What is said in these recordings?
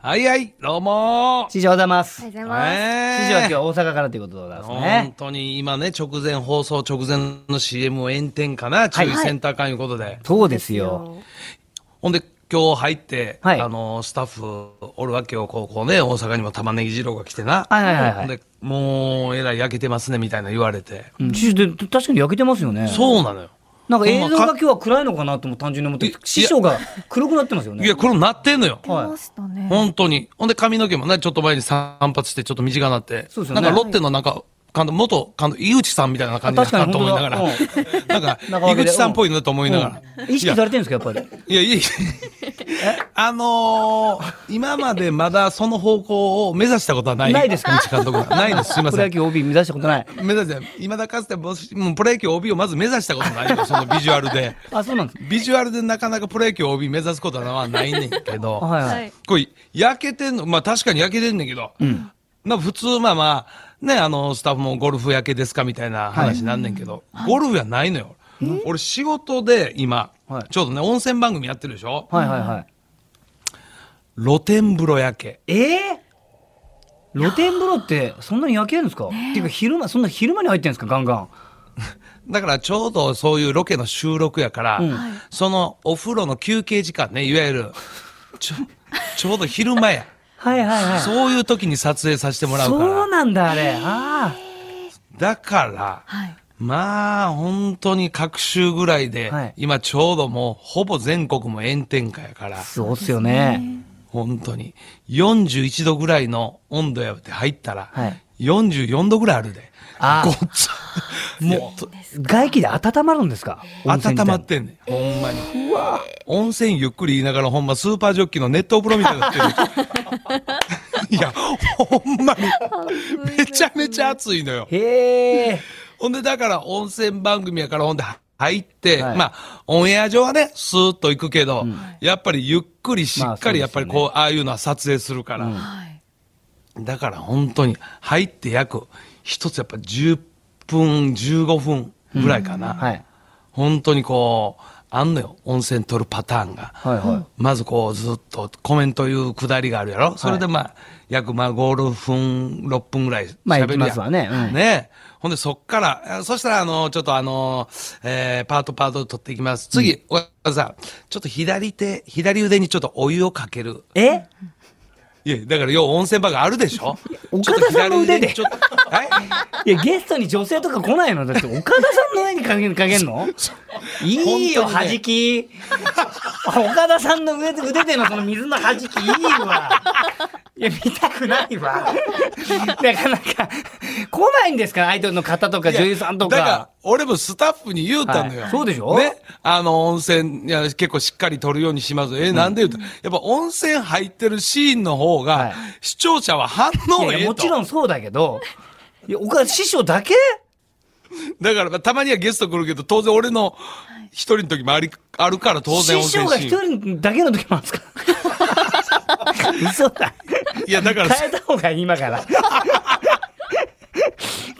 はいはい、どうも師匠おはようございます。あり師がと匠うごえは今日ざいます。大阪からということでございますー、本ね。当に今ね、直前、放送直前の CM を炎天下な、注意センター会ということで。そうですよ。ほんで、今日入って、はいあの、スタッフおるわけよ、こうこうね、大阪にも玉ねぎ二郎が来てな。はいはいはいはい。で、もう、えらい焼けてますね、みたいな言われて。うん師匠で確かに焼けてますよね。そうなのよ。なんか映ほ像んがま今日は暗いのかなとも単純に思ってい、師匠が黒くなってますよいや、ね。これもなってんのよ。出ましたね。本当に。ほんで髪の毛もね、ちょっと前に散髪して、ちょっと短くなって。そうですよなねんかロッテのなんか、監督、元監督、井口さんみたいな感じあ確かにと思いながら。本 なんか 中、井分けで口さんっぽいなと思いながら。意識されてるんですか、やっぱり。いや、いやいやあのー、今までまだその方向を目指したことはない。ないですか井口監督はないです。すいまプせロ野ん。球 OB 目指したことない。目指して、今だかつてもし、もうプロ野球 OB をまず目指したことないよ、そのビジュアルで。あ、そうなんです。ビジュアルでなかなかプロ野球 OB 目指すことはないねんけど。あはいは。はいい。これ、焼けてんの、まあ確かに焼けてんねんけど、な普通、まあまあ、ね、あの、スタッフもゴルフ焼けですかみたいな話になんねんけど、ゴルフやないのよ。俺仕事で今、はいちょうどね、温泉番組やってるでしょ、はいはいはい。露天風呂焼け。ええ露天風呂ってそんなに焼けるんですか、っていうか昼間そんな昼間に入ってるんですかガンガンだからちょうどそういうロケの収録やから、うんそのお風呂の休憩時間ね、いわゆる、ちょ、ちょうど昼間や。はい はいはいそういう時に撮影させてもらうかそうら。なんだあれあだから、はい。まあ、本当に各週ぐらいで、はい今ちょうどもうほぼ全国も炎天下やからあ、そうっすよね本当に41度ぐらいの温度やって入ったら、はい44度ぐらいあるで。あごっ つ。もう、外気で温まるんですか温泉温自体まってんねん。ほんまに。温泉ゆっくり言いながらほんまスーパージョッキーの熱湯風呂みたいになって る。いや、ほんまに。めちゃめちゃ暑いのよ。へえほんで、だから温泉番組やから、ほんで入って、はいまあ、オンエア上はね、スーッと行くけど、やっぱりゆっくりしっかり、まやあっそぱうですよねりこう、ああいうのは撮影するから。はい。だから本当に入って約、一つやっぱ10分、15分ぐらいかな。はい本当にこう、あんのよ、温泉撮るパターンが。はいはまずこうずっとコメントいうくだりがあるやろ、それでまあ約まあ5、6分、6分ぐらい喋るやん。まあ行きますわねうんねほんでそっから、あそしたらあの、ちょっとあの、えーパートパート取っていきます。次、おやさん、ちょっと左手、左腕にちょっとお湯をかける。いえいや、だから要は温泉場があるでしょ 岡田さんの腕でちょっと左にちょっとはいいやゲストに女性とか来ないのだって岡田さんの上にかけかけ んのいいよ本当にね弾き岡田さんの上で腕でのその水の弾きいいわいや見たくないわなかなか来ないんですからアイドルの方とか女優さんとかだから、俺もスタッフに言うたのよ。はいそうでしょね。あの、温泉、いや、結構しっかり撮るようにします。え、なんで言うと、やっぱ温泉入ってるシーンの方が、はい視聴者は反い応やいええと。やもちろんそうだけどいや岡田師匠だけだから、たまにはゲスト来るけど、当然俺の一人の時もあり、あるから当然温師泉匠がシ一ーン。人だけの時もあるんですか 嘘だいや、だから、変えた方がいい今から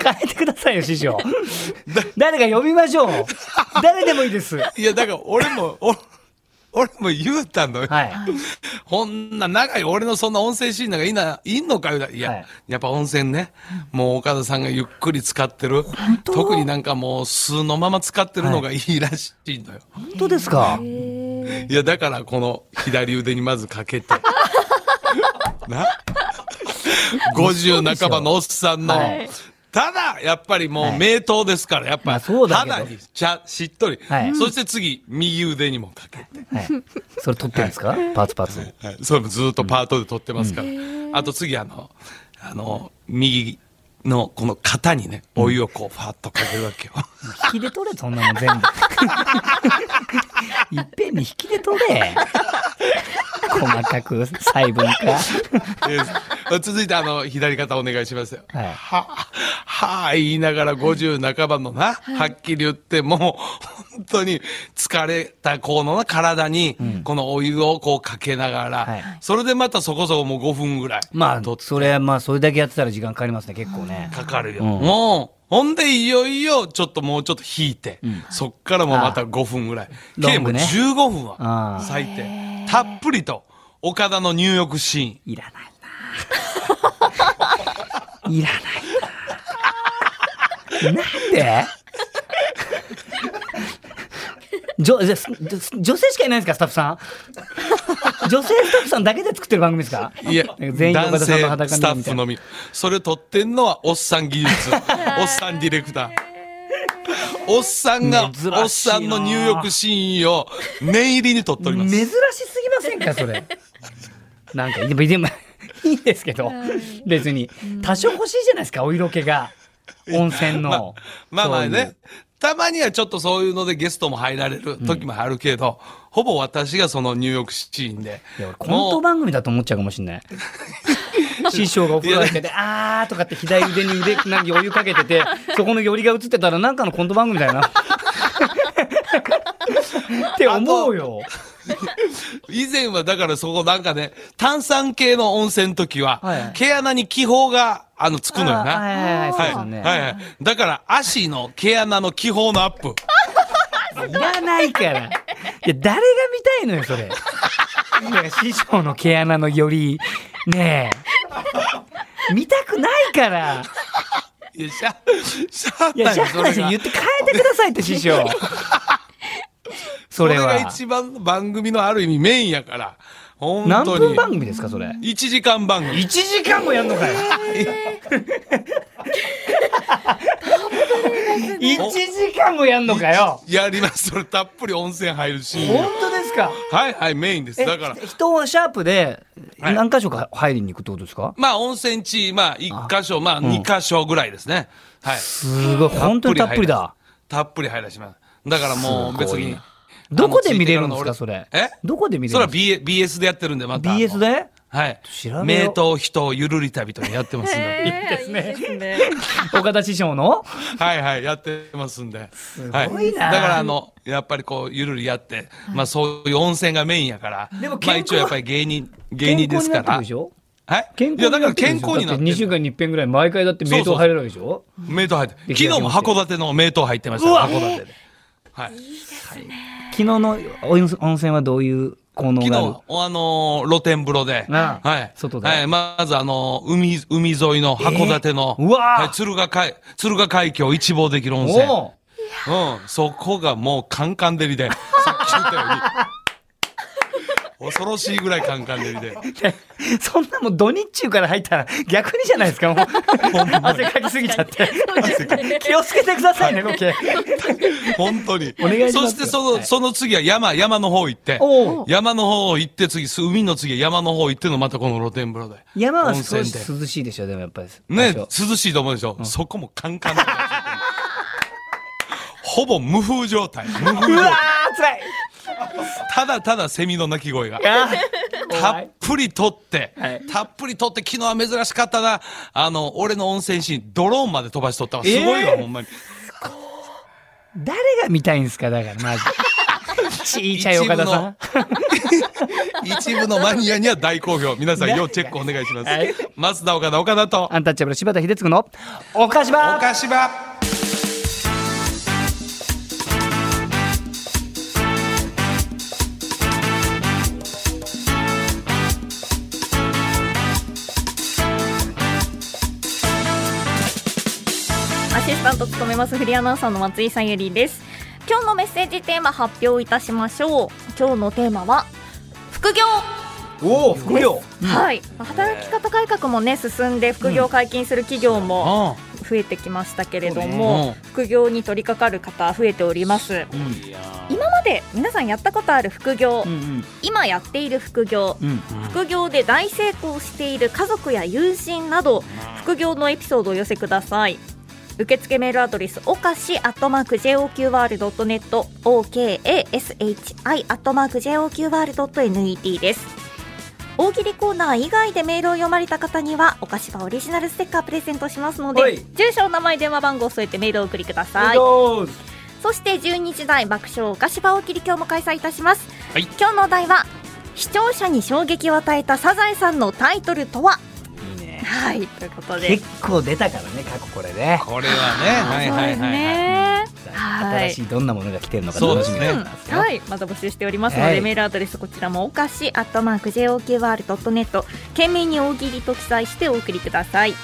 変えてくださいよ師匠誰か呼び ましょう誰でもいいですはいや、だから俺も、お 俺も言うたのよ。ほんな長い、俺のそんな温泉シーンなんかいいな、いんのかよ。いや、はいやっぱ温泉ね、もう岡田さんがゆっくり使ってる。特になんかもう素のまま使ってるのがいいらしいのよ。本当ですかい、や、だからこの左腕にまずかけて。 な ?50 半ばのおっさんの。はいただ、やっぱりもはうい名刀ですから、やっまぱあそうだけど肌にちゃしっとり、はいそして次、右腕にもかけて。はいそれ撮ってるんですかパーツパーツはい、それもずっとパートで撮ってますから、あと次あのあの右のこの肩にねお湯をこうファーッとかけるわ けよ、引きで撮れそんなの全部 いっぺんに引きで撮れ細かく細分化えー続いてあの左肩お願いしますよはいははあ言いながら50半ばのな、はっきり言ってもう本当に疲れたこの体にこのお湯をこうかけながら、はいそれでまたそこそこもう5分ぐらいまあ撮ってそれまあそれだけやってたら時間かかりますね結構ねかかるよ、うんもうほんでいよいよちょっともうちょっと引いて、そっからもまた5分ぐらいロ計ンもうグね15分あはー最低たっぷりと岡田の入浴シいらないないらないななんで女じゃす女女性しかいないんですかスタッフさん女性スタッフさんだけで作ってる番組ですかーン。いや、全員が岡男田さん性の裸になるみたいなスタッフのみ。それ撮ってんのはおっさん技 術。おっさんディレクター。おっさんが珍しい、なおっさんの入浴シーンを念入りに撮っております。珍しすぎませんかそれなんかでもでもいいんですけど、別に多少欲しいじゃないですかお色気が温泉の、まあまあそういうね。たまにはちょっとそういうのでゲストも入られる時もあるけど、ほぼ私がその入浴シーンで。いや俺コント番組だと思っちゃうかもし んない師匠がお風呂入ってて「あー」とかって左腕に腕なんかお湯かけててそこのよりが映ってたらなんかのコント番組 だよなって思うよ以前はだからそこなんかね、炭酸系の温泉の時は、はい毛穴に気泡が、あの、つくのよあはいな。はいはいそはうでい、すよね、はいはい。だから、足の毛穴の気泡のアップ。いらないから。いや、誰が見たいのよ、それ。いや、師匠の毛穴のより、ねえ。見たくないから。いや、しゃ、しゃあいや、ないシャよーそナれさんが言って変えてくださいって、師 匠。そそれれがは。一番番組のある意味メインやから。本何当に分。番組ですか、それ。 1時間番組。 1時間もやんのかよ。1時間もやんのかよ。やります。それたっぷり温泉入るシーン本よ。当ですか。はいはい、メインです。えだから、人をシャープではい何箇所か入りに行くってことですか、まあ温泉地、まあ1箇所、まあ2箇所ぐらいですね。はい。すごい、本当にたっぷりだ。たっぷり入らします。だからもう別に。どこで見れるんですあのか、それ。えどこで見れそるれんはです B- BS でやってるんで、また。か ?BS ではい。調べよう名刀、人、ゆるり旅とやってますん で。いいですね。岡田師匠のはいはい、やってますんで。すごいなだからあの、やっぱりこう、ゆるりやって、まあそういう温泉がメインやから。でも健康まあ一応やっぱり芸人、芸人ですか健康になってるらでし。ょはい。健いや、康だから健康になって2週る。間に一遍ぐらい毎回だって名刀入れるわけでしょ名刀入ってる。出来上昨が日りまも函館のしたよ名刀入ってましたよ。函館で。はい。昨日のお湯温泉はどういう効能昨が日、あのー露天風呂で、ああはい。外ではい。まず、あのー海、海沿いの函館の、えーうわーはい、鶴ヶ海、鶴ヶ海峡を一望できるあ温る泉。おうん。そこがもうカンカン照り で、さっき言ったように。恐ろしいぐらいカンカン照りで。ー そんなもん土日中から入ったら逆にじゃないですかもう汗かきすぎちゃって気をつけてくださいねロケ本当に。お願いしますよそしてその、はいその次は山、山の方行って。おう山の方行って次、す海の次は山の方行ってのまたこの露天風呂で。山は温少泉しで涼しいでしょでもやっぱりね、多涼少しいと思うでしょ。そこもカンカン照りがついてる。ほぼ無風状態。無風 う状わ態ー辛いただただセミの鳴き声が。あーた怖っいぷり撮って、はいたっぷり撮って、昨日は珍しかったな。あの、俺の温泉シーン、ドローンまで飛ばしとったわ。すごいわ、えーほんまに。誰が見たいんですかだから マジでちいちゃい岡田さん一部のマニアには大好評。皆さん、要チェックお願いします。はい増田岡田岡田と、アンタッチャブル柴田秀嗣の岡島岡島。アシスタント務めますフリーアナウンサーの松井さゆりです。今日のメッセージテーマ発表いたしましょう。今日のテーマは副業。おお副業はい、働き方改革もね進んで副業解禁する企業も増えてきましたけれどうんも、副業に取り掛かる方増えております。今まで皆さんやったことある副業、うん今やっている副業、うん副業で大成功している家族や友人など副業のエピソードをお寄せください受付メールアドレスおかし JOQR.net OKASHI JOQR.net です大喜利コーナー以外でメールを読まれた方にはおかしばオリジナルステッカープレゼントしますのはでい住所お名前電話番号を添えてメールをお送りくださいはいそして12時台爆笑お菓子場を切り今日も開催いたします、はい今日のお題は視聴者に衝撃を与えたサザエさんのタイトルとははい、ということで。結構出たからね過去これねこれはね、はいはいそうですはい、はい。ね。は新いし。いどんなものが来てるのか楽しみそうでですすよはい、また募集しておりますので、はいメールアドレスこちらもおかしアットマーク JOQR.net 懸命に大喜利と記載してお送りください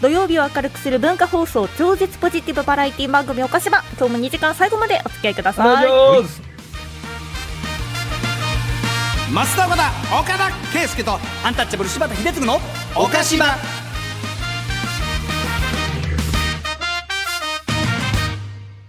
土曜日を明るくする文化放送超絶ポジティブバラエティ番組おかしば今日も2時間最後までお付き合いくだお願さいいします増田岡田岡田圭佑とアンタッチャブル柴田秀嗣の岡島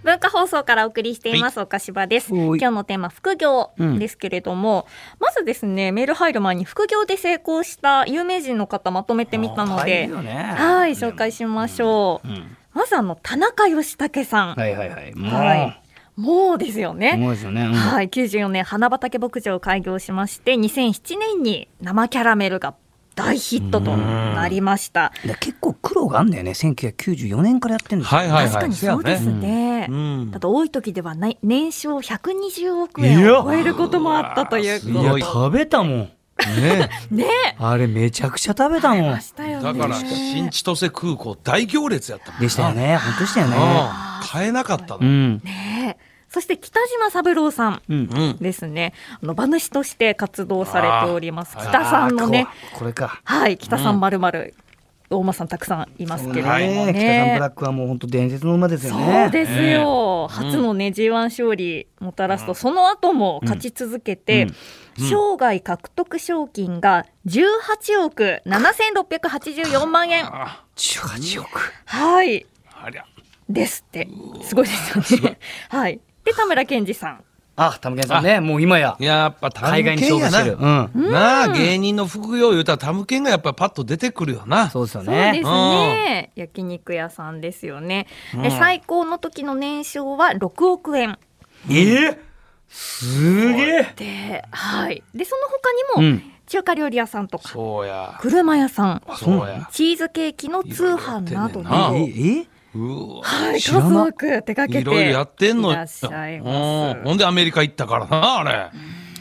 文化放送からお送りしています、おかしばですお今い日のテーマ副業ですけれども、まずですねメール入る前に副業で成功した有名人の方まとめてみたのあーいでいよねはい紹介しましょう、うんまずあの田中義武さん、はいはいはいもう、はい、もうですよね。もうですよね、うんはい、94年花畑牧場を開業しまして2007年に生キャラメルが大ヒットとなりました。で結構苦労があんだよね1994年からやってるんですよ、はいはいはい。確かにそうですね。うんだと多い時ではない年商120億円を超えることもあったといういやこすごい食べたもんせやね。ね とねえあれめちゃくちゃ食べたもんましたよだね。から、新千歳空港大行列やったもんなでしたよ。ね本当でしたようんね買えなかったうの。んねえそして北島三郎さんうんうん。ですね。あの馬主として活動されております。あー北さんのねあ。ーここれかはい、北さんまるまる、大間さんたくさんいますけれどもね北さんブラね。ックはもう本当伝説の馬ですよねそうですよ、初のね G1 勝利もたらすと、その後も勝ち続けて、生涯獲得賞金が18億7684万円あ18億はいありゃ。ですってすごいですよねはいで田村健二さんあタムケンさんねもう今ややっぱ、タ海ム外にケン勝負やしてるな。うんなあ、芸人の副業言うたらタムケンがやっぱパッと出てくるよな。そうですよそうでねすね焼肉屋さんですよね、で最高の時の年商は6億円えーすげえで、はい。で、その他うにも、ん中華料理屋さんとか、そうや。車屋さん、そうや。チーズケーキの通販などなど、あええうわ。はい、知数らな多く手掛けていろいろやってんのいらっしゃいまうすん。ほんでアメリカ行ったからな、あれ。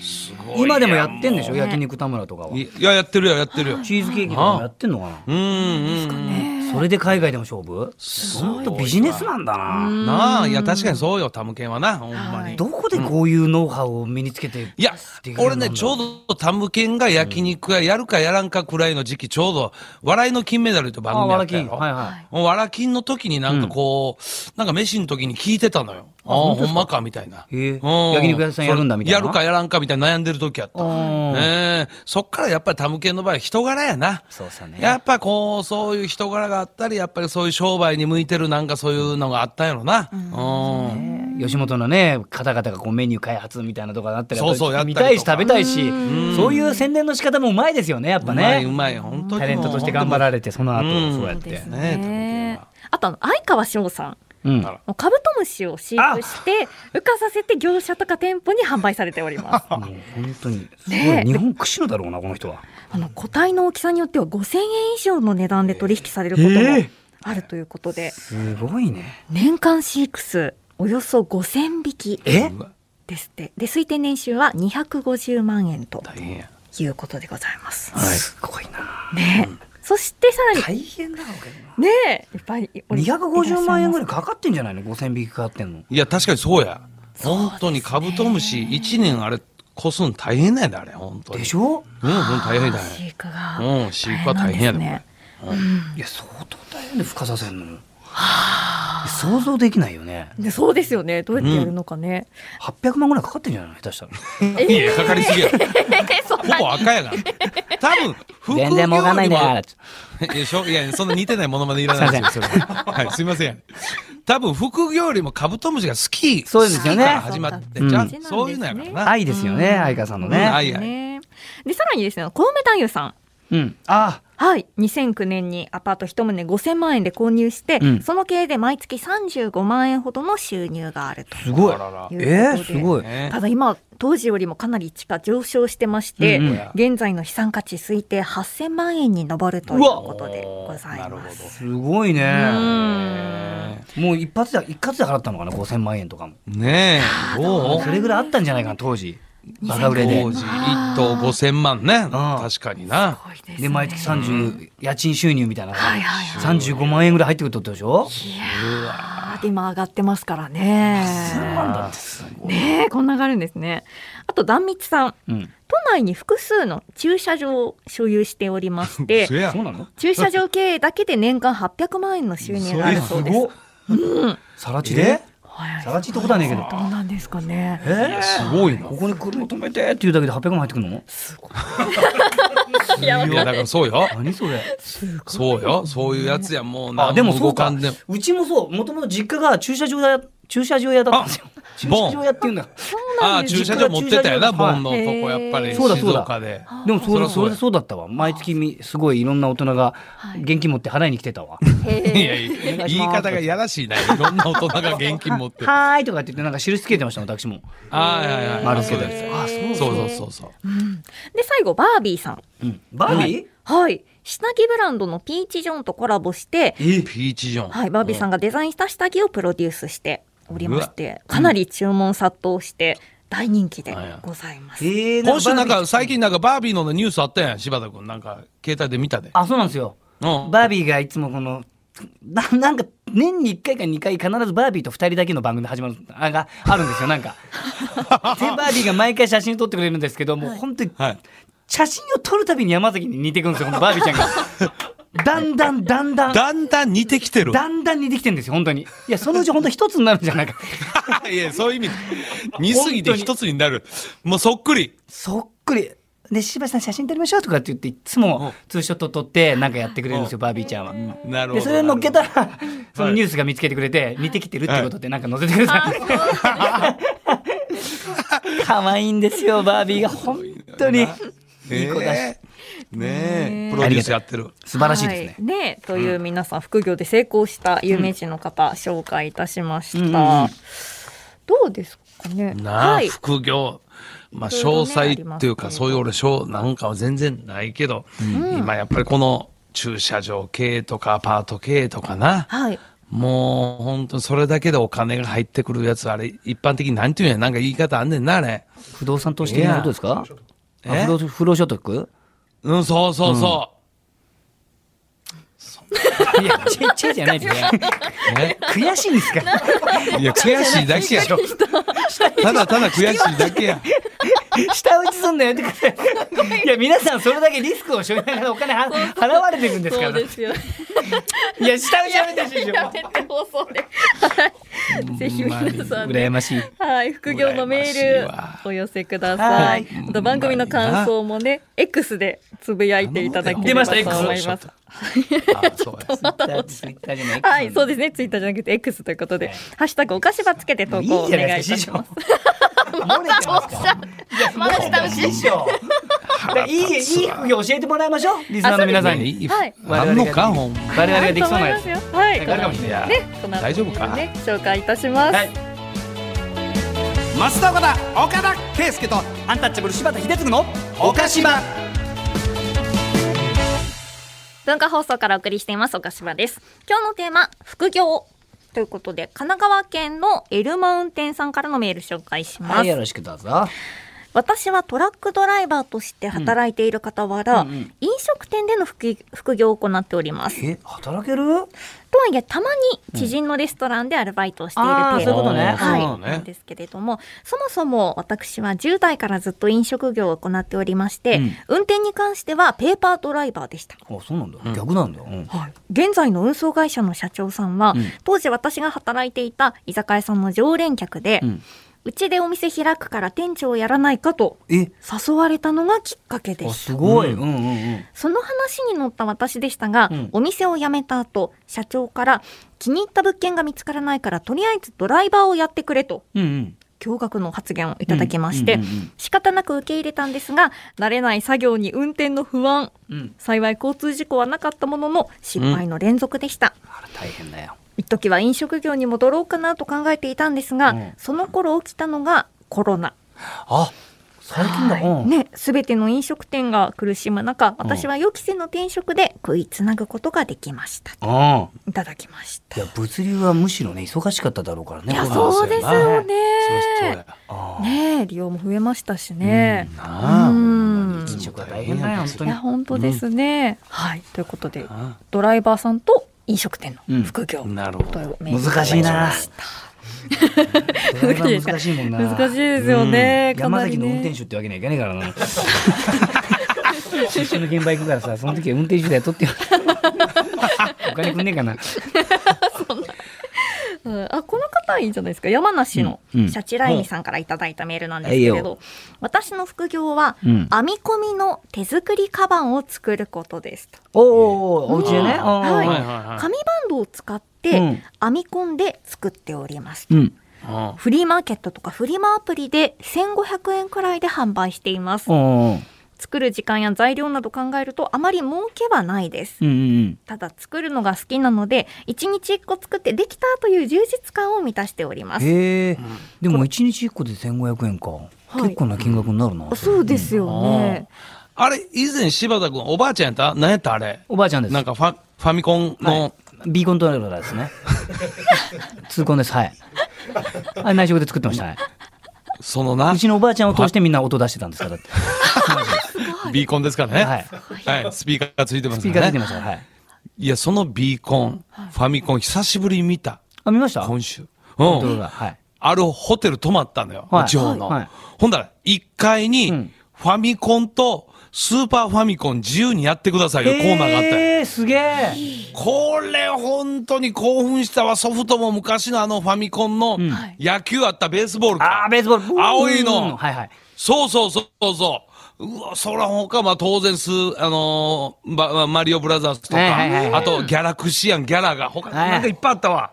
すごい。今でもやってんでしょい焼肉田村とかはチいや、やってるよ、やってるよ。ーズケーキとかもやってんのかなうんうんうん。それで海外でも勝負すごい本当ビジネスマンだななあ、いや、確かにそうよ、タムケンはな、ほんまはいに。どこでこういうノウハウを身につけていやできるよ、う俺にね、なるんだちょうどタムケンが焼肉屋やるかやらんかくらいの時期、ちょうど、笑いの金メダルって番あ組わやらったきやんろ。はいはいもうわらきんの時になんかこう、なんか飯の時に聞いてたのよ。ああ、ほんまか、みたいな。へえうん焼肉屋さんやるんだみたいなやるかやらんかみたいな悩んでる時やった。あーねえそっからやっぱりタムケンの場合は人柄やな。そうさねやっぱこう、そういう人柄があったり、やっぱりそういう商売に向いてるなんかそういうのがあったんやろな。うん。吉本のね方々がこうメニュー開発みたいなとこがあったりそうそうやっぱりやったり見たいしとか食べたいしそういう宣伝の仕方もうまいですよねやっぱうまい、うねまい、本当にもう。タレントとして頑張られれてその後そうやっそうでてすねえタムケンねは。あとあの、相川翔さん。うんあらカブトムシを飼育して、浮かさせて業者とか店舗に販売されております。もう本当にすごねい日本屈指のだろうなこの人はあの個体の大きさによっては5000円以上の値段で取引されることもあるということで、すごいね年間飼育数およそ5000匹えですってで推定年収は250万円と大変や。いうことでございます、すごいなねそしてさらに大変だろうけどなねいっぱいおり250万円ぐらいいかかってんじゃないの5000匹かかってんのいや、確かにそうや。うですね本当にカブトムシ、一年あれ、こすん大変なんだ、あれ、本当に。でしょょうん、ほんと大変だらっしゃいます飼ね。育がうん飼育は大変やでなんですねいや相当大変で孵化させるのも想像できないよねでそうですよねどうやってやるのかね、 800万ぐらいかかってんじゃないの下手したらいや、かかりすぎや。え そんほなぼ赤やがん。多分、副業にも。でしょいや、そんな似てないものまでいらないですよ。それはい、すいません。多分、副業よりもカブトムシが好き。そうですよ好きねから始まってうんじゃあそうなんですねそういうのやからな。愛ですよね相川さんのうんね愛愛。でさらにですね小梅太夫さんうんあはい、2009年にアパート1棟5000万円で購入して、うんその経営で毎月35万円ほどの収入があると。すごいあららえいうことーですごいねただ今、当時よりもかなり地価上昇してまして、うんうん現在の資産価値推定8000万円に上るということでございなるほまどす。すごいうねんもう一発で一括で払ったのかな5000万円とかもねえ、どうそれぐらいあったんじゃないかな当時バカ売れで当。時1頭5000万ね確かにな多いですねで、毎月30、家賃収入みたいな。はいはいは35万円ぐらい入ってくるってことでしょいやー今上がってますからねねえこんな上がるんですねあと壇蜜さんうん。都内に複数の駐車場を所有しておりま してそやうなの駐車場経営だけで年間800万円の収入があるすそうですごっ。さら地ではいさら地ってことはねえけど。どうなんですかねえーすごいなここに車止めてっていうだけで800万入ってくるのいやだからそうよ何それそうよそういうやつやもうなあでもそうか動んでもうちもそうもともと実家が駐車場だ駐車場屋だったんですよ駐ボン車場屋っていうんだそうあなんあです駐車場持ってたよな駐車場ボンのとこやっぱへーりそうだそ静うだ岡ででもそそれりゃそうそやれそうだったわ毎月みすごいいろんな大人が現金持って払いに来て たわへーいやいや言い方がやらしいないろんな大人が現金持ってるはーいとかって言ってなんか印つけてました私もはいはいはい丸つけそうてですあそうそうそうそうそうで最後バービーさんうんバービーはい下着ブランドのピーチジョンとコラボしてピーチジョンはい、バービーさんがデザインした下着をプロデュースしておりまして、かなり注文殺到して大人気でございます。えー今週なんバかービー最近なんかバービーのニュースあったやん柴田君なんか携帯で見たであそうなんですようんバービーがいつもこのななんか年に1回か2回必ずバービーと2人だけの番組で始まるあがあるんですよなんかでバービーが毎回写真撮ってくれるんですけどもう本当にはい写真を撮るたびに山崎に似てくるんですよこのバービーちゃんがだんだんだんだんだんだん似てきてるだんだん似てきてるんですよ本当にいやそのうち本当一つになるんじゃないか いやそういう意味で似すぎて一つになるもうそっくりそっくりで柴田さん写真撮りましょうとかって言っていつもツーショット撮ってなんかやってくれるんですよバービーちゃんは。なるほでどそれ乗っけなたるら そのニュースが見つけてくれて似てきてるってことでなんか載せてくれたんです可愛いんですよバービーが本当にほどいい子だしねえねえプロデュースやってる素晴らしいですねは。いねという皆さん副業で成功した有名人の方、紹介いたしました、うんうんうんどうですかねなあ、はい副業。まあ、いろいろ詳ね細っていうか、ありますけれどそういう俺、詳なんかは全然ないけど、今やっぱりこの駐車場経営とかアパート経営とかな、はいもう本当それだけでお金が入ってくるやつ、あれ、一般的になんていうんや、なんか言い方あんねんな、あれ。不動産投資的なことですか？あえ不動不労 所得？うん、そうそうそいやちっちゃいじゃない ですね。う。ね、悔しいんですか？い や、悔しいだけやろ。ただただ悔しいだ けや。 下打ちすんのやめてください。いや皆さんそれだけリスクを背負いながらお金は払われてるんですかそうら。いですよや下打ちやめてほしいでしょ。やめて放送ではいぜひ皆さんね羨ましい。はい、副業の羨メールましいわお寄せくださいは。あと番組の感想もね、X でつぶやいていただければと出ました思い X ます。あそうや。ツイッターツイッターじゃない。はい、そうですね。ツイッターじゃなくて X ということで、ハッシュタグおかしばつけて投稿をお願いいたします。漏れてますから。まだ下打ち師匠。いいいい副業教えてもらいましょう。リスナーの皆さんに。いいはいあんのか、ほんま。我々ができそうなやあつ。ると思いますよ。はい、あるかもしれないね、この後大丈夫かね、紹介いたします。はい増田岡田岡田圭佑とアンタッチャブル柴田秀嗣の岡島文化放送からお送りしています岡島です今日のテーマ副業ということで神奈川県のエルマウンテンさんからのメール紹介します、はい、よろしくどうぞ。私はトラックドライバーとして働いている傍ら、うんうんうん飲食店での副副業を行っておりますえ、働ける？とはいえたまに知人のレストランでアルバイトをしているあー程そういうこ度とねはいそうねなんですけれどもそもそも私は10代からずっと飲食業を行っておりまして、うん運転に関してはペーパードライバーでしたあ、そうなんだ。逆なんだ。うん現在の運送会社の社長さんは、うん当時私が働いていた居酒屋さんの常連客で、うんうちでお店開くから店長をやらないかとえ、誘われたのがきっかけであ、したすごい。うんうんうん。その話に乗った私でしたが、うんお店を辞めた後社長から気に入った物件が見つからないからとりあえずドライバーをやってくれとうんうん。驚愕の発言をいただきまして、うんうんうんうん仕方なく受け入れたんですが慣れない作業に運転の不安うん。幸い交通事故はなかったものの失敗の連続でした、あら大変だよ。一時は飲食業に戻ろうかなと考えていたんですが、うんその頃起きたのがコロナあ、最近だ。うんね、すべての飲食店が苦しむ中、私は予期せぬ転職で食いつなぐことができました。ああ。いただきました。いや、物流はむしろね、忙しかっただろうからね。いや、コロナそうですよね。そうやああ。ねえ、利用も増えましたしね。なあうん飲食は大変だよ、本当いにや、。本当ですね。はい、ということで、ドライバーさんと飲食店の副業。なるほど。難しいな。ドライバー難しいもんな。難しいですよねうんか山な崎りねの運転手ってわけにはいかないから な。出身の現場行くからさ、その時は運転手代取 ってよ。お金くんねえかな。うんあこの方いいんじゃないですか山梨のうんうんシャチライミさんからいただいたメールなんですけはれいど、よ私の副業は、うん編み込みの手作りカバンを作ることですとおおお、お家でね。ははいいあはいはい紙バンドを使っうてん編み込んで作っておりますーうん。うんフリーマーケットとかフリマアプリで1500円くらいで販売していますおお。作る時間や材料など考えるとあまり儲けはないですうんうんただ作るのが好きなので1日1個作ってできたという充実感を満たしておりまうん。すへえ。でも一日一個で千五百円か。い結構な金額になるな。そうですよねあれ、以前柴田君、おばあちゃんやった何やったあれ。おばあちゃんです。なんかファファミコンの、ビーコントローラー ですね。痛恨です。はい。あれ内職で作ってました。は、そのないう、ちのおばあちゃんを通してみんな音出してたんですから。だってビーコンですからね。ははいい。スピーカーがついてまスすピーよカー出ねてま。したから。はい。いや、そのビーコン、ファミコン、久しぶりに見た。あ、見ました今週。コンうトローん。ラー。はい。あるホテル泊まったのよはい。地方のはいはい。ほんだら、1階うにん、ファミコンと、スーパーファミコン自由にやってくださいよ、コーナーがあったよ。えー、すげえ。これ本当に興奮したわ。ソフトも昔のあのファミコンの野球あったベースボールあかー、。ベースボール。青いのうんはいはい。そうそうそうそう。うわ、そらほか、まあ当然す、あのーばまあマリオブラザーズとか、はいはいはいはあいとギャラクシアン、ギャラが、他、はいなんかいっぱいあったわ。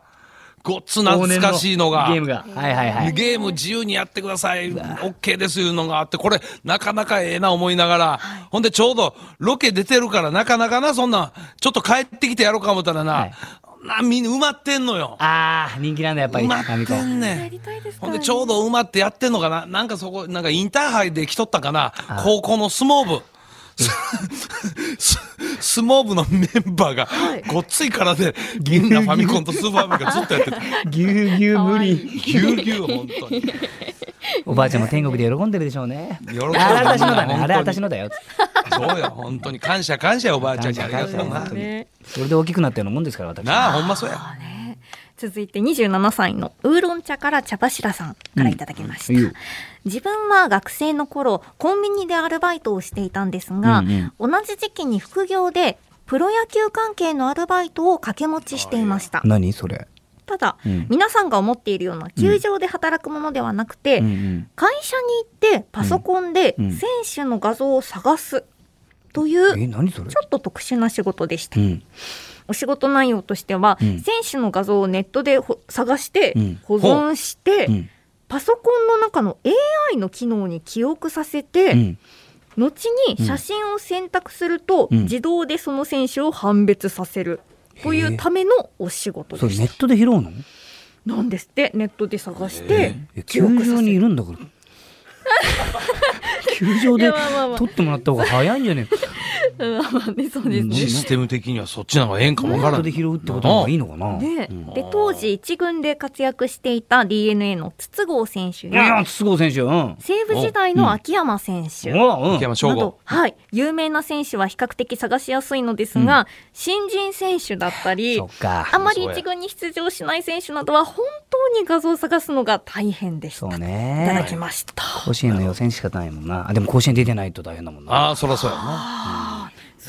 ごっつ懐かしいのが。ゲームが。はいはいはい。ゲーム自由にやってください、OK ですいうのがあって、これ、なかなかええな思いながら、ほんでちょうどロケ出てるから、なかなかな、そんな、ちょっと帰ってきてやろうか思ったらな、はいなみんな埋まってんのよ。あー、人気なんだ、やっぱり。埋フまァミっコてン。んねやんり。たいですほかんでらねちょうど馬ってやってんのかななんかそこ、なんかインターハイで来とったかな高校の相撲部。す相撲部のメンバーがい、ごっついからで、銀河ファミコンとスーパーファミコンがずっとや ってて、ぎゅうぎゅう無理。ぎゅうぎゅう、本当に。おばあちゃんも天国で喜んでるでしょうね。喜んでるあれ私のだ本ね。当にあれ私のだよ。そうや、本当に。感謝、感謝、おばあちゃんにありがとう感謝な感。謝ねそれで大きくなったようなもんですから、私。なあ、ほんまそうや。続いて27歳のウーロン茶から茶柱さんからいただきました、うんいいよ自分は学生の頃コンビニでアルバイトをしていたんですが、うん同じ時期に副業でプロ野球関係のアルバイトを掛け持ちしていました何それ。ただ、うん皆さんが思っているような球場で働くものではなくて、うんうん。会社に行ってパソコンでうんうん選手の画像を探すというえ、ち何それ。ょっと特殊な仕事でしたうん。お仕事内容としては、うん選手の画像をネットでほ探して、うん保存して、うん。パソコンの中の AI の機能に記憶させて、うん。後に写真を選択すると、うん自動でその選手を判別させる。といへえうためのお仕事そでれしネた。ットで拾うの。なんですって、ネットで探してえ、記球憶さ場せにいる。るんだから。 球場いでやまあまあまあ取ってもらった方が早いんじゃねえか。うんまあね、そうですね。システム的にはそっちの方がええんかもネわからットんで。拾うってことの方がいいのかな。ねうんで当時一軍で活躍していた DNA の筒香選手いや、や筒香選手。うん。西武時代の秋山選手、おう秋ん。山翔な吾ど。、はい、有名な選手は比較的探しやすいのですが、新人選手だったりそっかあ。まり一軍に出場しない選手などは本当に画像を探すのが大変でしたそういただねき。ました、甲子園の予選しかないもんな。あ、でも甲子園出てないと大変だもんな。ああ、そらそうやな。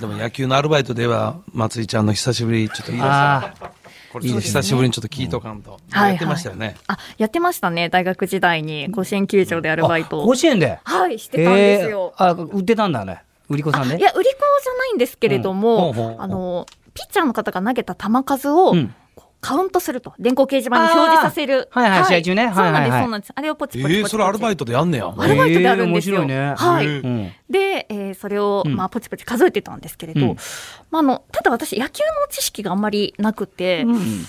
でも野球のアルバイトでは、松井ちゃんの久しぶり、ちょっといいですかあー、これちょっと久しぶりにちょっと聞いとかんと。はいやってましたよね。あやってましたね大学時代に甲子園球場でアルバイトを甲子園で。はいしてたんですよ、えーあ、売ってたんだね。売り子さんで。いや売り子じゃないんですけれども、うんほうほうほうあのピッチャーの方が投げた球数を、うんこうカウントすると電光掲示板に表示させるあーはいはい試合中ねそうなんではいす、はいはいそうなんですあれをポチえポチポチえ、それアルバイトトでやんねや。アルバイトであるんですよ、えー面白はいい、ねうん。で、えーそれを、うんまあ、ポチポチ数えてたんですけれど、うんまあ、あのただ私野球の知識があんまりなくて、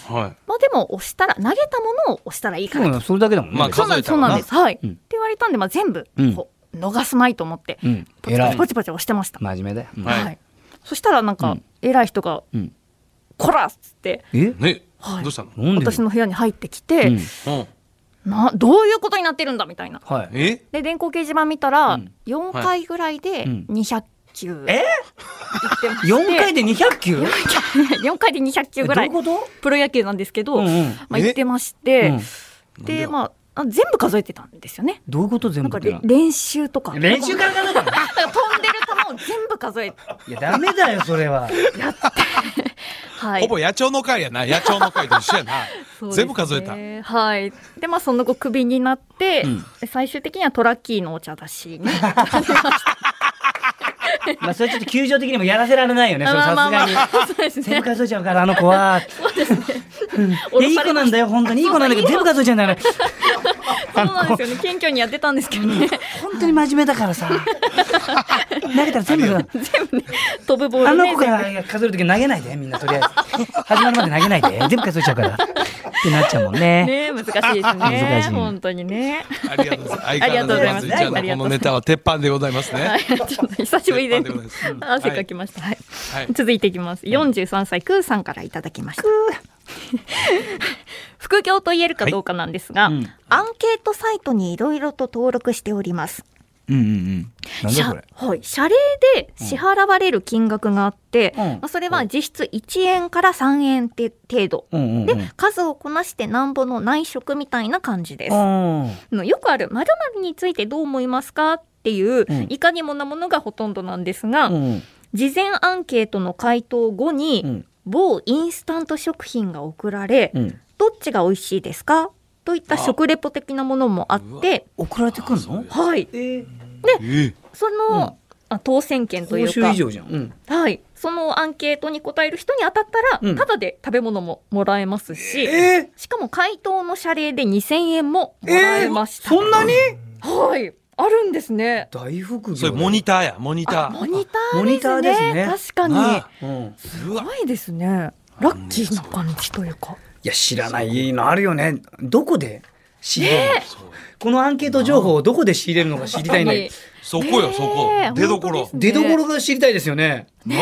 はまあ、でも押したら投げたものを押したらいいかそうらなのそれだけだもんね。まあそうなんですそうなんですはい、うんって言われたんで、まあ、全部うんこう逃すまいと思って、うんポチポ偉チいポチポチ押してました、真面目だよ。うんはいはい、そしたらなんか偉い人がうん「こら!」っつってえね、はいどうしたの、なんで私の部屋に入ってきて、ううんん、などういうことになってるんだみたいな。はい。えで電光掲示板見たら、うん4回ぐらいでうん200球、え行ってまして4回 で200球4回で200球ぐらいえどういうこプロ野球なんですけど、うんうんまあ、行ってましと、てうん、で、まあ、あ全部数えてたんですよね。どういうこと全なん部かってれな練習とか練習から考えたのなんか飛んでる球を全部数 えて、いやダメだよそれははい、ほぼ野鳥の会やな野鳥の会と一緒やな、そうですね全部数えたはいでまあその後クビになって、ん最終的にはトラッキーのお茶 出しにまあそれちょっと球場的にもやらせられないよね それさすがにそうですね全部数えちゃうからあの子は降いやろいいされ子まなしんだよ本当にいい子なんだけど全部数えちゃうんだからたそうなんですよね謙虚にやってたんですけどね本当に真面目だからさ投げたら全部飛ぶボーあルのね子から数えるとき投げないでみんなとりあえず始まるまで投げないで全部数えちゃうからってなっちゃうもんねね難しいです難ねしい本当にねありがとうございます相あり変がとうわらございまずすいちゃんのこのネタは鉄板でございますね、はい、ちょっと久しぶりで鉄板でございますうん汗かきました。はいはい続いていきます。43歳、クーさんからいただきました。副業と言えるかどうかなんですが、はいうんアンケートサイトにいろいろと登録しております。うんうんうんなんだこれ謝はい、謝礼で支払われる金額があって、うんまあ、それは実質1円から3円って程度。うんうんうんで、数をこなしてなんぼの内職みたいな感じです。うんあのよくある〇〇についてどう思いますかっていうう、んいかにもなものがほとんどなんですが、うん事前アンケートの回答後に、うん某インスタント食品が送られ、うんどっちが美味しいですかといった食レポ的なものもあって送られてくんのはいえーえその、あ当選券と報いう酬か以上じゃんうんはい、そのアンケートに答える人に当たったら、うんただで食べ物ももらえますし、えしかも回答の謝礼で2000円ももらえました、そんなにはいあるんですね大副業それモニターやモニあタモーニタモニターーでですすねね確かになあうんすごいですねラッキーな感じというかいや知らないのあるよねどこで仕入れるのねこのアンケート情報をどこで仕入れるのか知りたいねそこよ、ねえそこ出どこ本当でろすね出どころが知りたいですよねなあ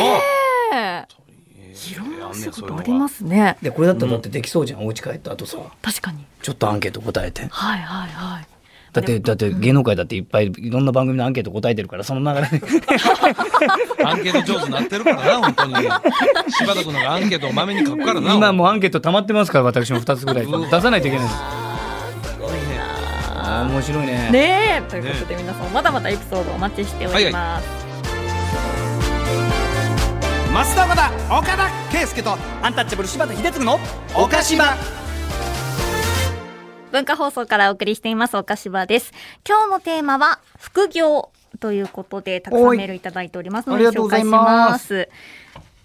ねええいーろんなお仕あんねんそういう事のあがりますねでこれだったらだってできそうじゃんお家帰った後さ確かにちょっとアンケート答えてはいはいはいだってだって芸能界だっていっぱいいろんな番組のアンケート答えてるからその流れでアンケート上手になってる からな本当に柴田君なんかアンケートをまめに書くからな今もうアンケート溜まってますから私も2つぐらい出さないといけないですあー面白いねねえということで皆さんまだまだエピソードお待ちしております増田岡田岡田圭佑とアンタッチャブル柴田秀嗣の岡島文化放送からお送りしています岡柴です今日のテーマは副業ということでたくさんメールいただいておりますのでおいありがとうご紹ざ介いしまます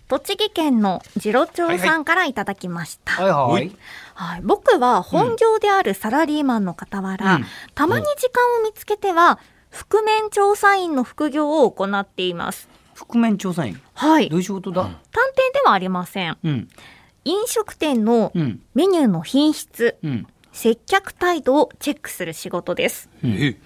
栃木県の次郎町さんからいただきました、はいはいはい、僕は本業であるサラリーマンの傍ら、うんたまに時間を見つけては覆面調査員の副業を行っています。覆面調査員はい、ど探ういう仕事だ偵ではありません。うん飲食店のうんメニューの品質、うん接客態度をチェックする仕事です。え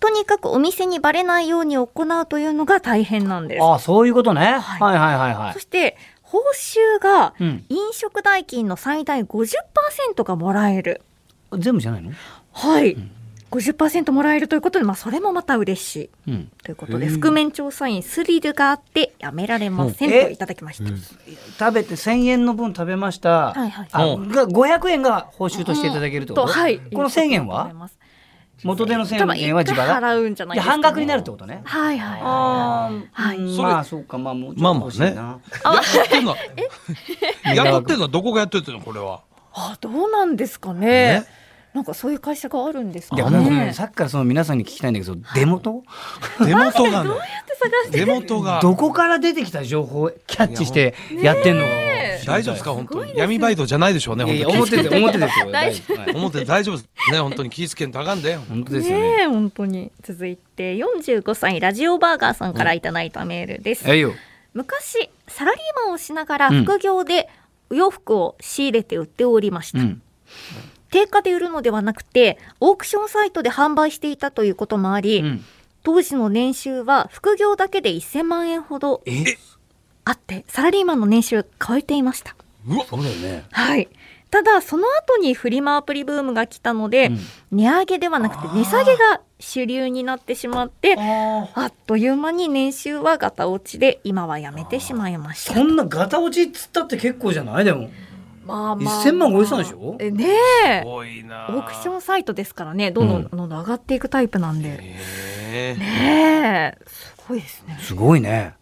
とにかくお店にバレないように行うというのが大変なんです。ああそういうことねはいはいはいはいそして報酬がうん飲食代金の最大50%がもらえる。全部じゃないのはい。50%もらえるということで、まあ、それもまた嬉しい。うんということで、覆面調査員スリルがあってやめられませんうんえといただきました。食べて1000円の分食べました、はいはいあうんが500円が報酬としていただけるってこと、と、はい。この1000円は元手の多分1000一円は自回腹払うんじゃないいやですか、半額になるってことねはいはいはあーはい。うんそれまあそうかまあもうちまょあまあっと欲しいねな、雇ってんの雇ってんのはどこがやってるのこれはいあ、どうなんですかね。ねなんかそういう会社があるんですかいね。やあのなんかねもうさっきからその皆さんに聞きたいんだけど出元出元がね出元がどこから出てきた情報をキャッチしてやってんのか知りたい大丈夫ですか本当に闇バイトじゃないでしょうねいやいや本表で表ですよ大大丈丈夫はい当に大丈夫ですね本当に気ぃつけんとあかんで本当ですよねねえ、本当に。続いて、45歳ラジオバーガーさんからいただいたメールです。えいよ昔サラリーマンをしながらうん副業でお洋服を仕入れて売っておりました、うん定価で売るのではなくてオークションサイトで販売していたということもあり、うん当時の年収は副業だけで1000万円ほどえあってサラリーマンの年収を超えていましたうわそうだよね。はいただその後にフリマアプリブームが来たので、値上げではなくて値下げが主流になってしまってああっという間に年収はガタ落ちで今はやめてしまいましたそんなガタ落ちっつったって結構じゃないでも。まあ1000万超えてたんでしょえね え多いなオークションサイトですからねどんどんどんどん上がっていくタイプなんで、ええねえすごいですねすごいね。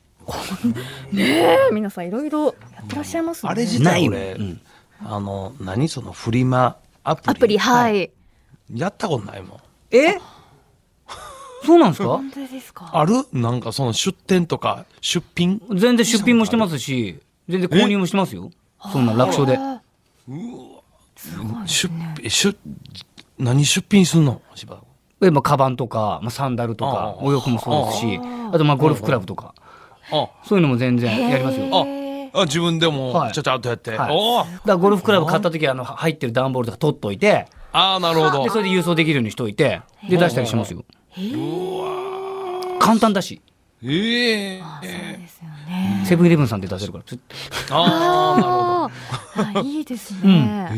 ねえ皆さんいろいろやってらっしゃいますねあれ自な体い俺、うんあの何そのフリマアプリアプリはい、やったことないもんえそうなんですか本当ですかあるなんかその出店とか出品全然出品もしてますし、全然購入もしてますよ。そんな楽勝で。あ出品出何出品すんの柴田君え、まあ、カバンとか、まあ、サンダルとあかあ、お洋服もそうですし、ああと、まあ、ゴルフクラブとか、あそういうのも全ー然やりますよ。だかへーあ自分ではもいちょちゃっとやって、はいおおら、ゴルフクラブ買った時は、あの、入ってる段ボールとか取っといて、ああなるほで、どそれで郵送できるようにしといて、で、出したりしますよ。簡単だし、ええそうですよねセブンイレブンさんで出せるから。つああなるほどあーあいいですね、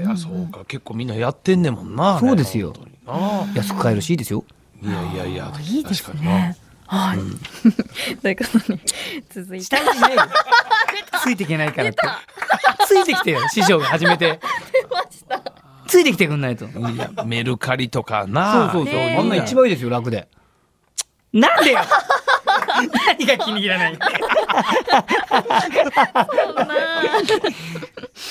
ええあそうか結構みんなやってんねんもんなあれそうですよ本当にな安く買えるし、いいですよ。あいやいやいやあいいです確かになねはい、ということに続いて下打ちないよついていけないからって。ついてきてよ、師匠が初めて。ついてきてくんないと。いやメルカリとかそうなそうそう。ねえあんな一番いいですよ、楽で。なんでよ何が気に入らない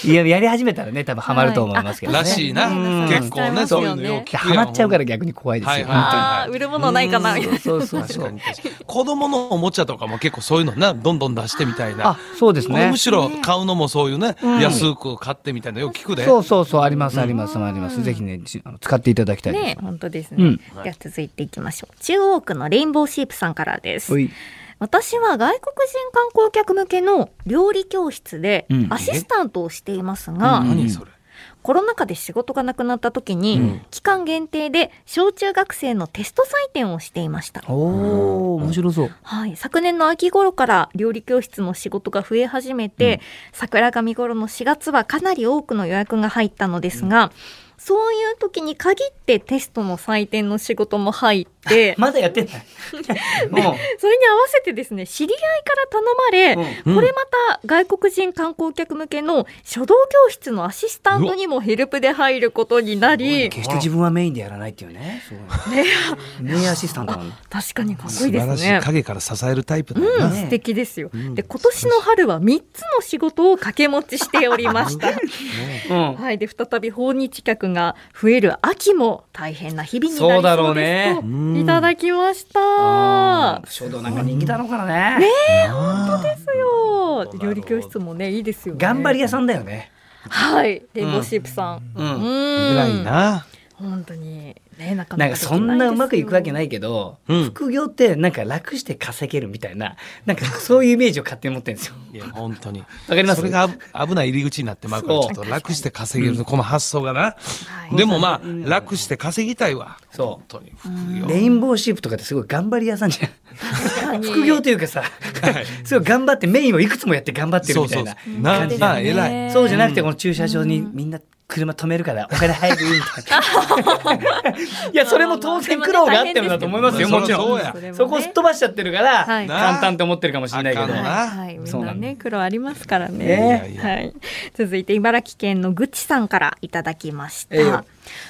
いや、やり始めたらね、多 分ハマると思いますけどね。らしいな、うん結構ねそういうのよく聞くハやんマっちゃうから逆に怖いですはいよ。はいあー売るものないかなみたいなそうそう確そかうに。確かに子供のおもちゃとかも結構そういうのなどんどん出してみたいなあ、そうですねむ。しろ買うのもそういうね、安く買ってみたいなのよく聞くでそうそうそう、あります、あります、あります。ぜひね、じあの使っていただきたいです。ね本当ですうねん。では続いていきましょう。中央区のレインボーシープさんからですお。い私は外国人観光客向けの料理教室でうんアシスタントをしていますが、うん何それ、コロナ禍で仕事がなくなった時に、期間限定で小中学生のテスト採点をしていました。おー、面白そう。はい、昨年の秋頃から料理教室の仕事が増え始めて、桜が見頃の4月はかなり多くの予約が入ったのですが、そういう時に限ってテストの採点の仕事も入 って、まだや ってないもそれに合わせてですね、知り合いから頼まれ、うんこれまた外国人観光客向けの書道教室のアシスタントにもヘルプで入ることになうり、決して自分はメインでやらないっていうね。すごいね名アシスタントなんだ。確かにかっこい素いで晴すらしいね。影から支えるタイプだうよん、な、ね素敵ですよ。んで、今年の春は3つの仕事を掛け持ちしておりました。うはい、で再び訪日客が増える秋も大変な日々になりそうだろそううねですといただきました。ん。書道なんか人気だろうからね。ですよ。料理教室もねいいですよ、ね。頑張り屋さんだよね。はい、レインボーシープさん。う。うんん。偉い。な本当にねなかななんかかそんなうまくいくわけなないいけど、うん副業ってなんか楽して稼げるみたいな、なんかそういうイメージを勝手に持ってるんですよ。いや本当にわかりますそれがあ危ない入り口になってまうからちそょうっと楽して稼げるこの発想がな、ですよ。はいでもまあ楽して稼ぎたいわそう本当に副業レインボーシープとかってすごい頑張り屋さんじゃん。確かに副業というか さ、すごい頑張ってメインをいくつもやって頑張ってるそうみたそいうな。そうなじだよねな偉いそうじゃなくて、この駐車場にみんな車止めるから、お金入るみた いな。いや、それも当然苦労があってもだと思いますよ、まあもちろそりゃんそうや。そこをすっ飛ばしちゃってるから、はい簡単と思ってるかもしれないけあどかん。なはいはい、みそうんななんだね苦労ありますからねねはい、続いて茨城県のぐちさんからいただきました、ええ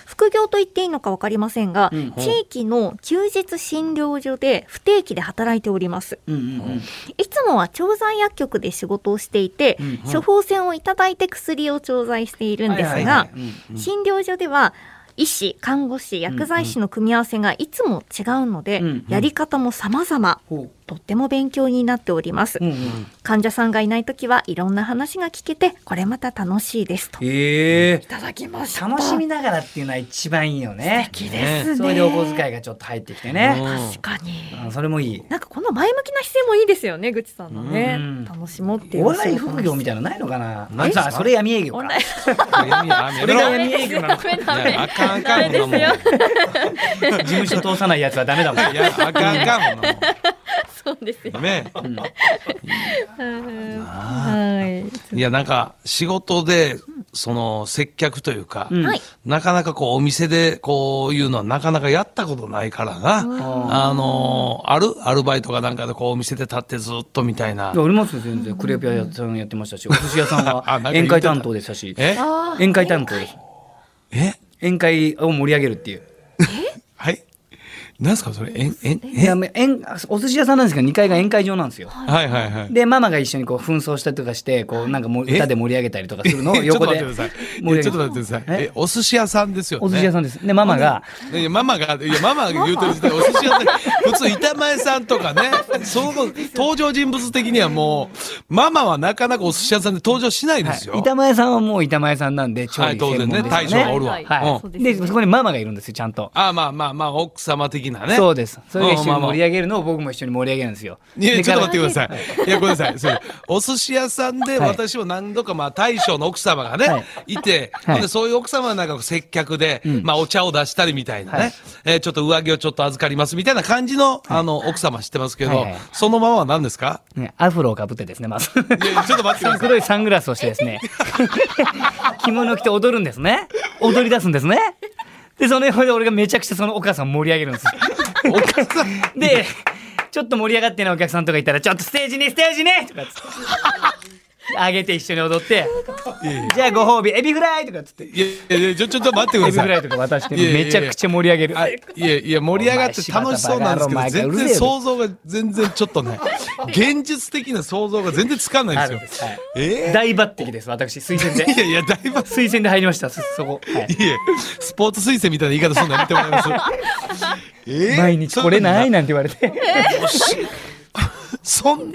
副業と言っていいのかわかりませんが、うん地域の休日診療所で不定期で働いておりますうんうんうんいつもは調剤薬局で仕事をしていて、うん処方箋をいただいて薬を調剤しているんですが、はいはいはいうん診療所では医師看護師薬剤師の組み合わせがいつも違うので、うんうんやり方も様々ほうとっても勉強になっております、うんうん患者さんがいない時はいろんな話が聞けてこれまた楽しいですといええただきました楽しみながらっていうのは一番いいよね。素敵ですねそれでお小遣いがちょっと入ってきてね。うん確かに、うんそれもいい。なんかこの前向きな姿勢もいいですよねぐちさんのね、うん楽しもうっていうお笑い副業みたたいなのないのかななあいっすかさそれ闇営業いか。闇やめろそれがい闇営業なのか。ダメやあかんあかんダメもんなもんで事務所通さないやつはダメだもん。 いやあかんあかんもんなそうですよもんねうんうんはいいやなんか仕事でその接客というか、うんはいなかなかこうお店でこういうのはなかなかやったことないからな、あのーあるアルバイトがなんかでこうお店で立ってずっとみたいないや。ありますよ全然クレープ屋さんやってましたしお寿司屋さんあはなんか言宴ってた会担当でしたしえあー宴会担当ですえ宴会を盛り上げるっていうはいなんすかそれえんえんいやめ宴お寿司屋さんなんですけど2階が宴会場なんですよはいはいはいでママが一緒にこう紛争したりとかしてこうなんかもうえ歌で盛り上げたりとかするのをえ ちょっと横待っでてくださいい盛やり上げるちょっと待ってくださいええお寿司屋さんですよねお寿司屋さんですでママがいやママがいやママが言うてる時点でお寿司屋さん普通板前さんとか ねその登場人物的にはもうママはなかなかお寿司屋さんで登場しないですよ、板前さんはもう板前さんなんで調はい理専当然ね門ですよね大将がおるわ、はいはうんそういですねでそこにママがいるんですよちゃんとあまあまあまあ奥様的なねそうですそれが一うんま緒あにまあ盛り上げるのを僕も一緒に盛り上げるんですよいやでちょっと待っかてくださ い。いやごめんなさい。そうお寿司屋さんではい私も何度かまあ大将の奥様がね、、はいて、はいでそういう奥様はなんか接客で、んまあお茶を出したりみたいなね、はいえーちょっと上着をちょっと預かりますみたいな感じの、あの奥様知ってますけど、はいはいそのままは何ですからねアフロをかぶってですねまずいやちょっと待ってください。黒いサングラスをしてで すね着物着て踊るんですね踊り出すんですねでその横で俺がめちゃくちゃそのお母さんを盛り上げるんですよお母さん。でちょっと盛り上がってないお客さんとかいたら「ちょっとステージにステージに!」とかっつって上げて一緒に踊って「じゃあご褒美エビフライ!」とかっつっていやいやちょちょっと待ってくエだビフさライい。とか渡していやいやいやめちゃくちゃ盛り上げる。あいやいや盛り上がって楽しそうなんですけどお前柴田バカ野郎全うる然せえよ想像が全然ちょっとね現実的な想像が全然つかないんですよ。あるんですええ大抜擢です私推薦でいやいや、だいぶ、い推薦で入りましたそそこ、はいえ、スポーツ推薦みたいな言い方するのやめてもらいます。ええ毎日来れないなんて言われてそん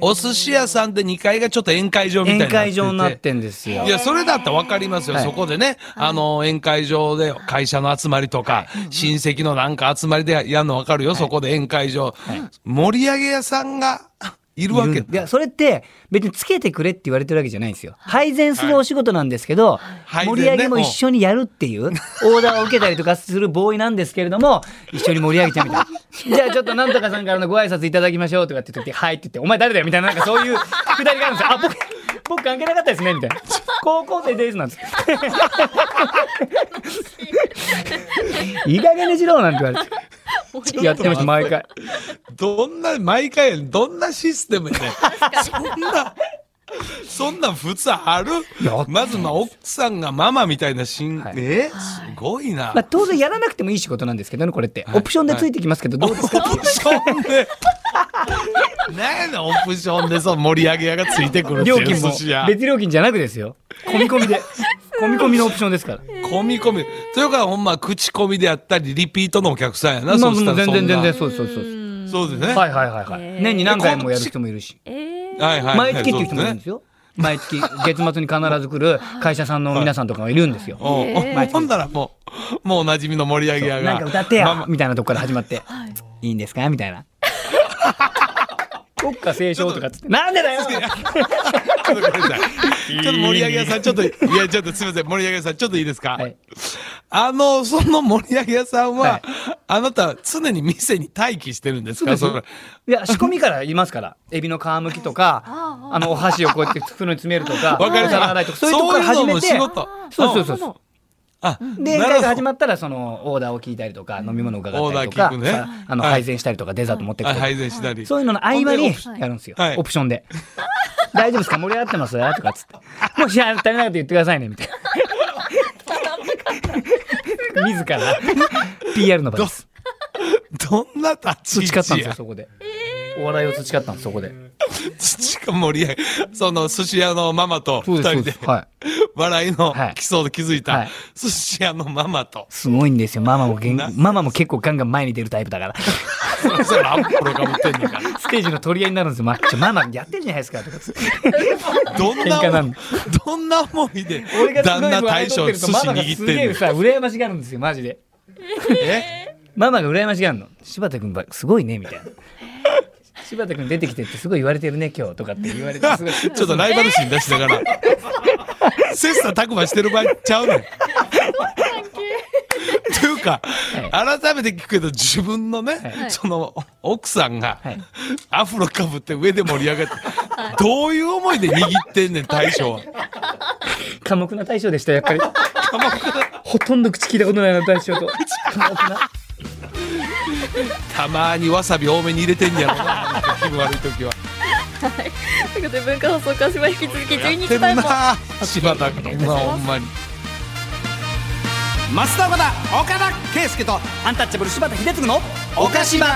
お寿司屋さんで2階がちょっと宴会 場みたいにな宴ってて会場になってんですよいや、それだったらわかりますよ。はいそこでね、あの、宴会場で会社の集まりとか、親戚のなんか集まりでやるのわかるよ。そこで宴会場。盛り上げ屋さんがいるわいける。いやそれって別につけてくれって言われてるわけじゃないんですよ配膳するお仕事なんですけど、はい盛り上げも一緒にやるっていうオーダーを受けたりとかするボーイなんですけれども一緒に盛り上げちゃうみたい なじゃあちょっとなんとかさんからのご挨拶いただきましょうとかって時はいって言って「お前誰だよ」みたいななんかそういうくだりがあるんですよ「あ僕僕関係なかったですね」みたいな「高校生です」 なんですいい加減にしろなんて言 われてやってました毎 回。どんな、毎回、どんなシステムやねんそんな、そんなん普通あるやまず、まあ、奥さんがママみたいなシーン、はいえすごいな。まあ、当然やらなくてもいい仕事なんですけどねこれってオプションでついてきますけどど うですか、オプションで。 何やねん、オプションでその盛り上げ屋がついてくるってい料う金も寿司屋。別料金じゃなくですよ込み込み で込み込みのオプションですから込み込み。というか、ほんま、口コミであったり、リピートのお客さんやな、まあそしたらそんな全然全然そうですそうですそうですそうですね。ははいいはいはいはい、えー年に何回もやる人もいるしえーはいはい。毎月っていう人もいるんですよ。よ毎月月末に必ず来る会社さんの皆さんとかがいるんですよ、そうですねうんほんならもう、もうおなじみの盛り上げ屋が。なんか歌ってやママみたいなとこから始まって、い、いんですかみたいな国家斉唱とかっつってなんでだよちょっとごめんなさい。ちょっと盛り上げ屋さん、ちょっと、いや、ちょっとすみません、盛り上げ屋さん、ちょっといいですか、はいあの、その盛り上げ屋さんは、はいあなた、常に店に待機してるんですかそうそでれすいや仕込みからいますからエビの皮むきとかああのお箸をこうやって袋に詰めるとかわかるお皿洗いとかそういうとこからそう始いうのめもて仕事。そうそうそうそうあ、で宴会が始ままったらそのオーダーを聞いたりとか飲み物を伺ったりとオーダーか、聞くねさあのはい配膳したりとかデザート持ってくあ、るとか配膳したり。そういうのの合間にほやるんですよはいオプションで 「大丈夫ですか盛り上がってます?」とかっつって「 もしあ足りなかったら言ってくださいね」みたいな 自ら PR の場ですどんな立ち位培ったん置ですよやそこでお笑いを培ったんですそこで土か盛り上げ、その寿司屋のママとそう二です人そうでですはい笑いのはい基礎で気づいはたい、寿司屋のママとすごいんですよ。ママもげんな、ママも結構ガンガン前に出るタイプ だから。それラップロかぶってんねんから。ステージの取り合いになるんですよ。まあ、 ちょママやってるじゃないですか。とかどんな 喧嘩なんだどんな思いで俺がす旦ごい那笑大い取っ将寿司てると、ママが握っすてんげねえんさ、羨ましがるんですよ、マジで。えママが羨ましがるの。柴田君ば、すごいね、みた いな。柴田君出てきてってすごい言われてるね、今日とかって言われて、すごい。ちょっとライバル心出しながら、切磋琢磨してる場合ちゃうねん。というか、改めて聞くけど、自分のね、はいその奥さんが、はいアフロかぶって上で盛り上がって、どういう思いで握ってんねん、大将は。寡黙な大将でした、やっ ぱり。ほとんど口聞いたことないな、大将と。寡黙な。たまにわさび多めに入れてんねやろな、あの人気分悪い時は。ということで文化放送鹿島引き続き12て時ん台もな、柴田君はほんまに。増田岡田岡田圭佑とアンタッチャブル柴田秀嗣の岡島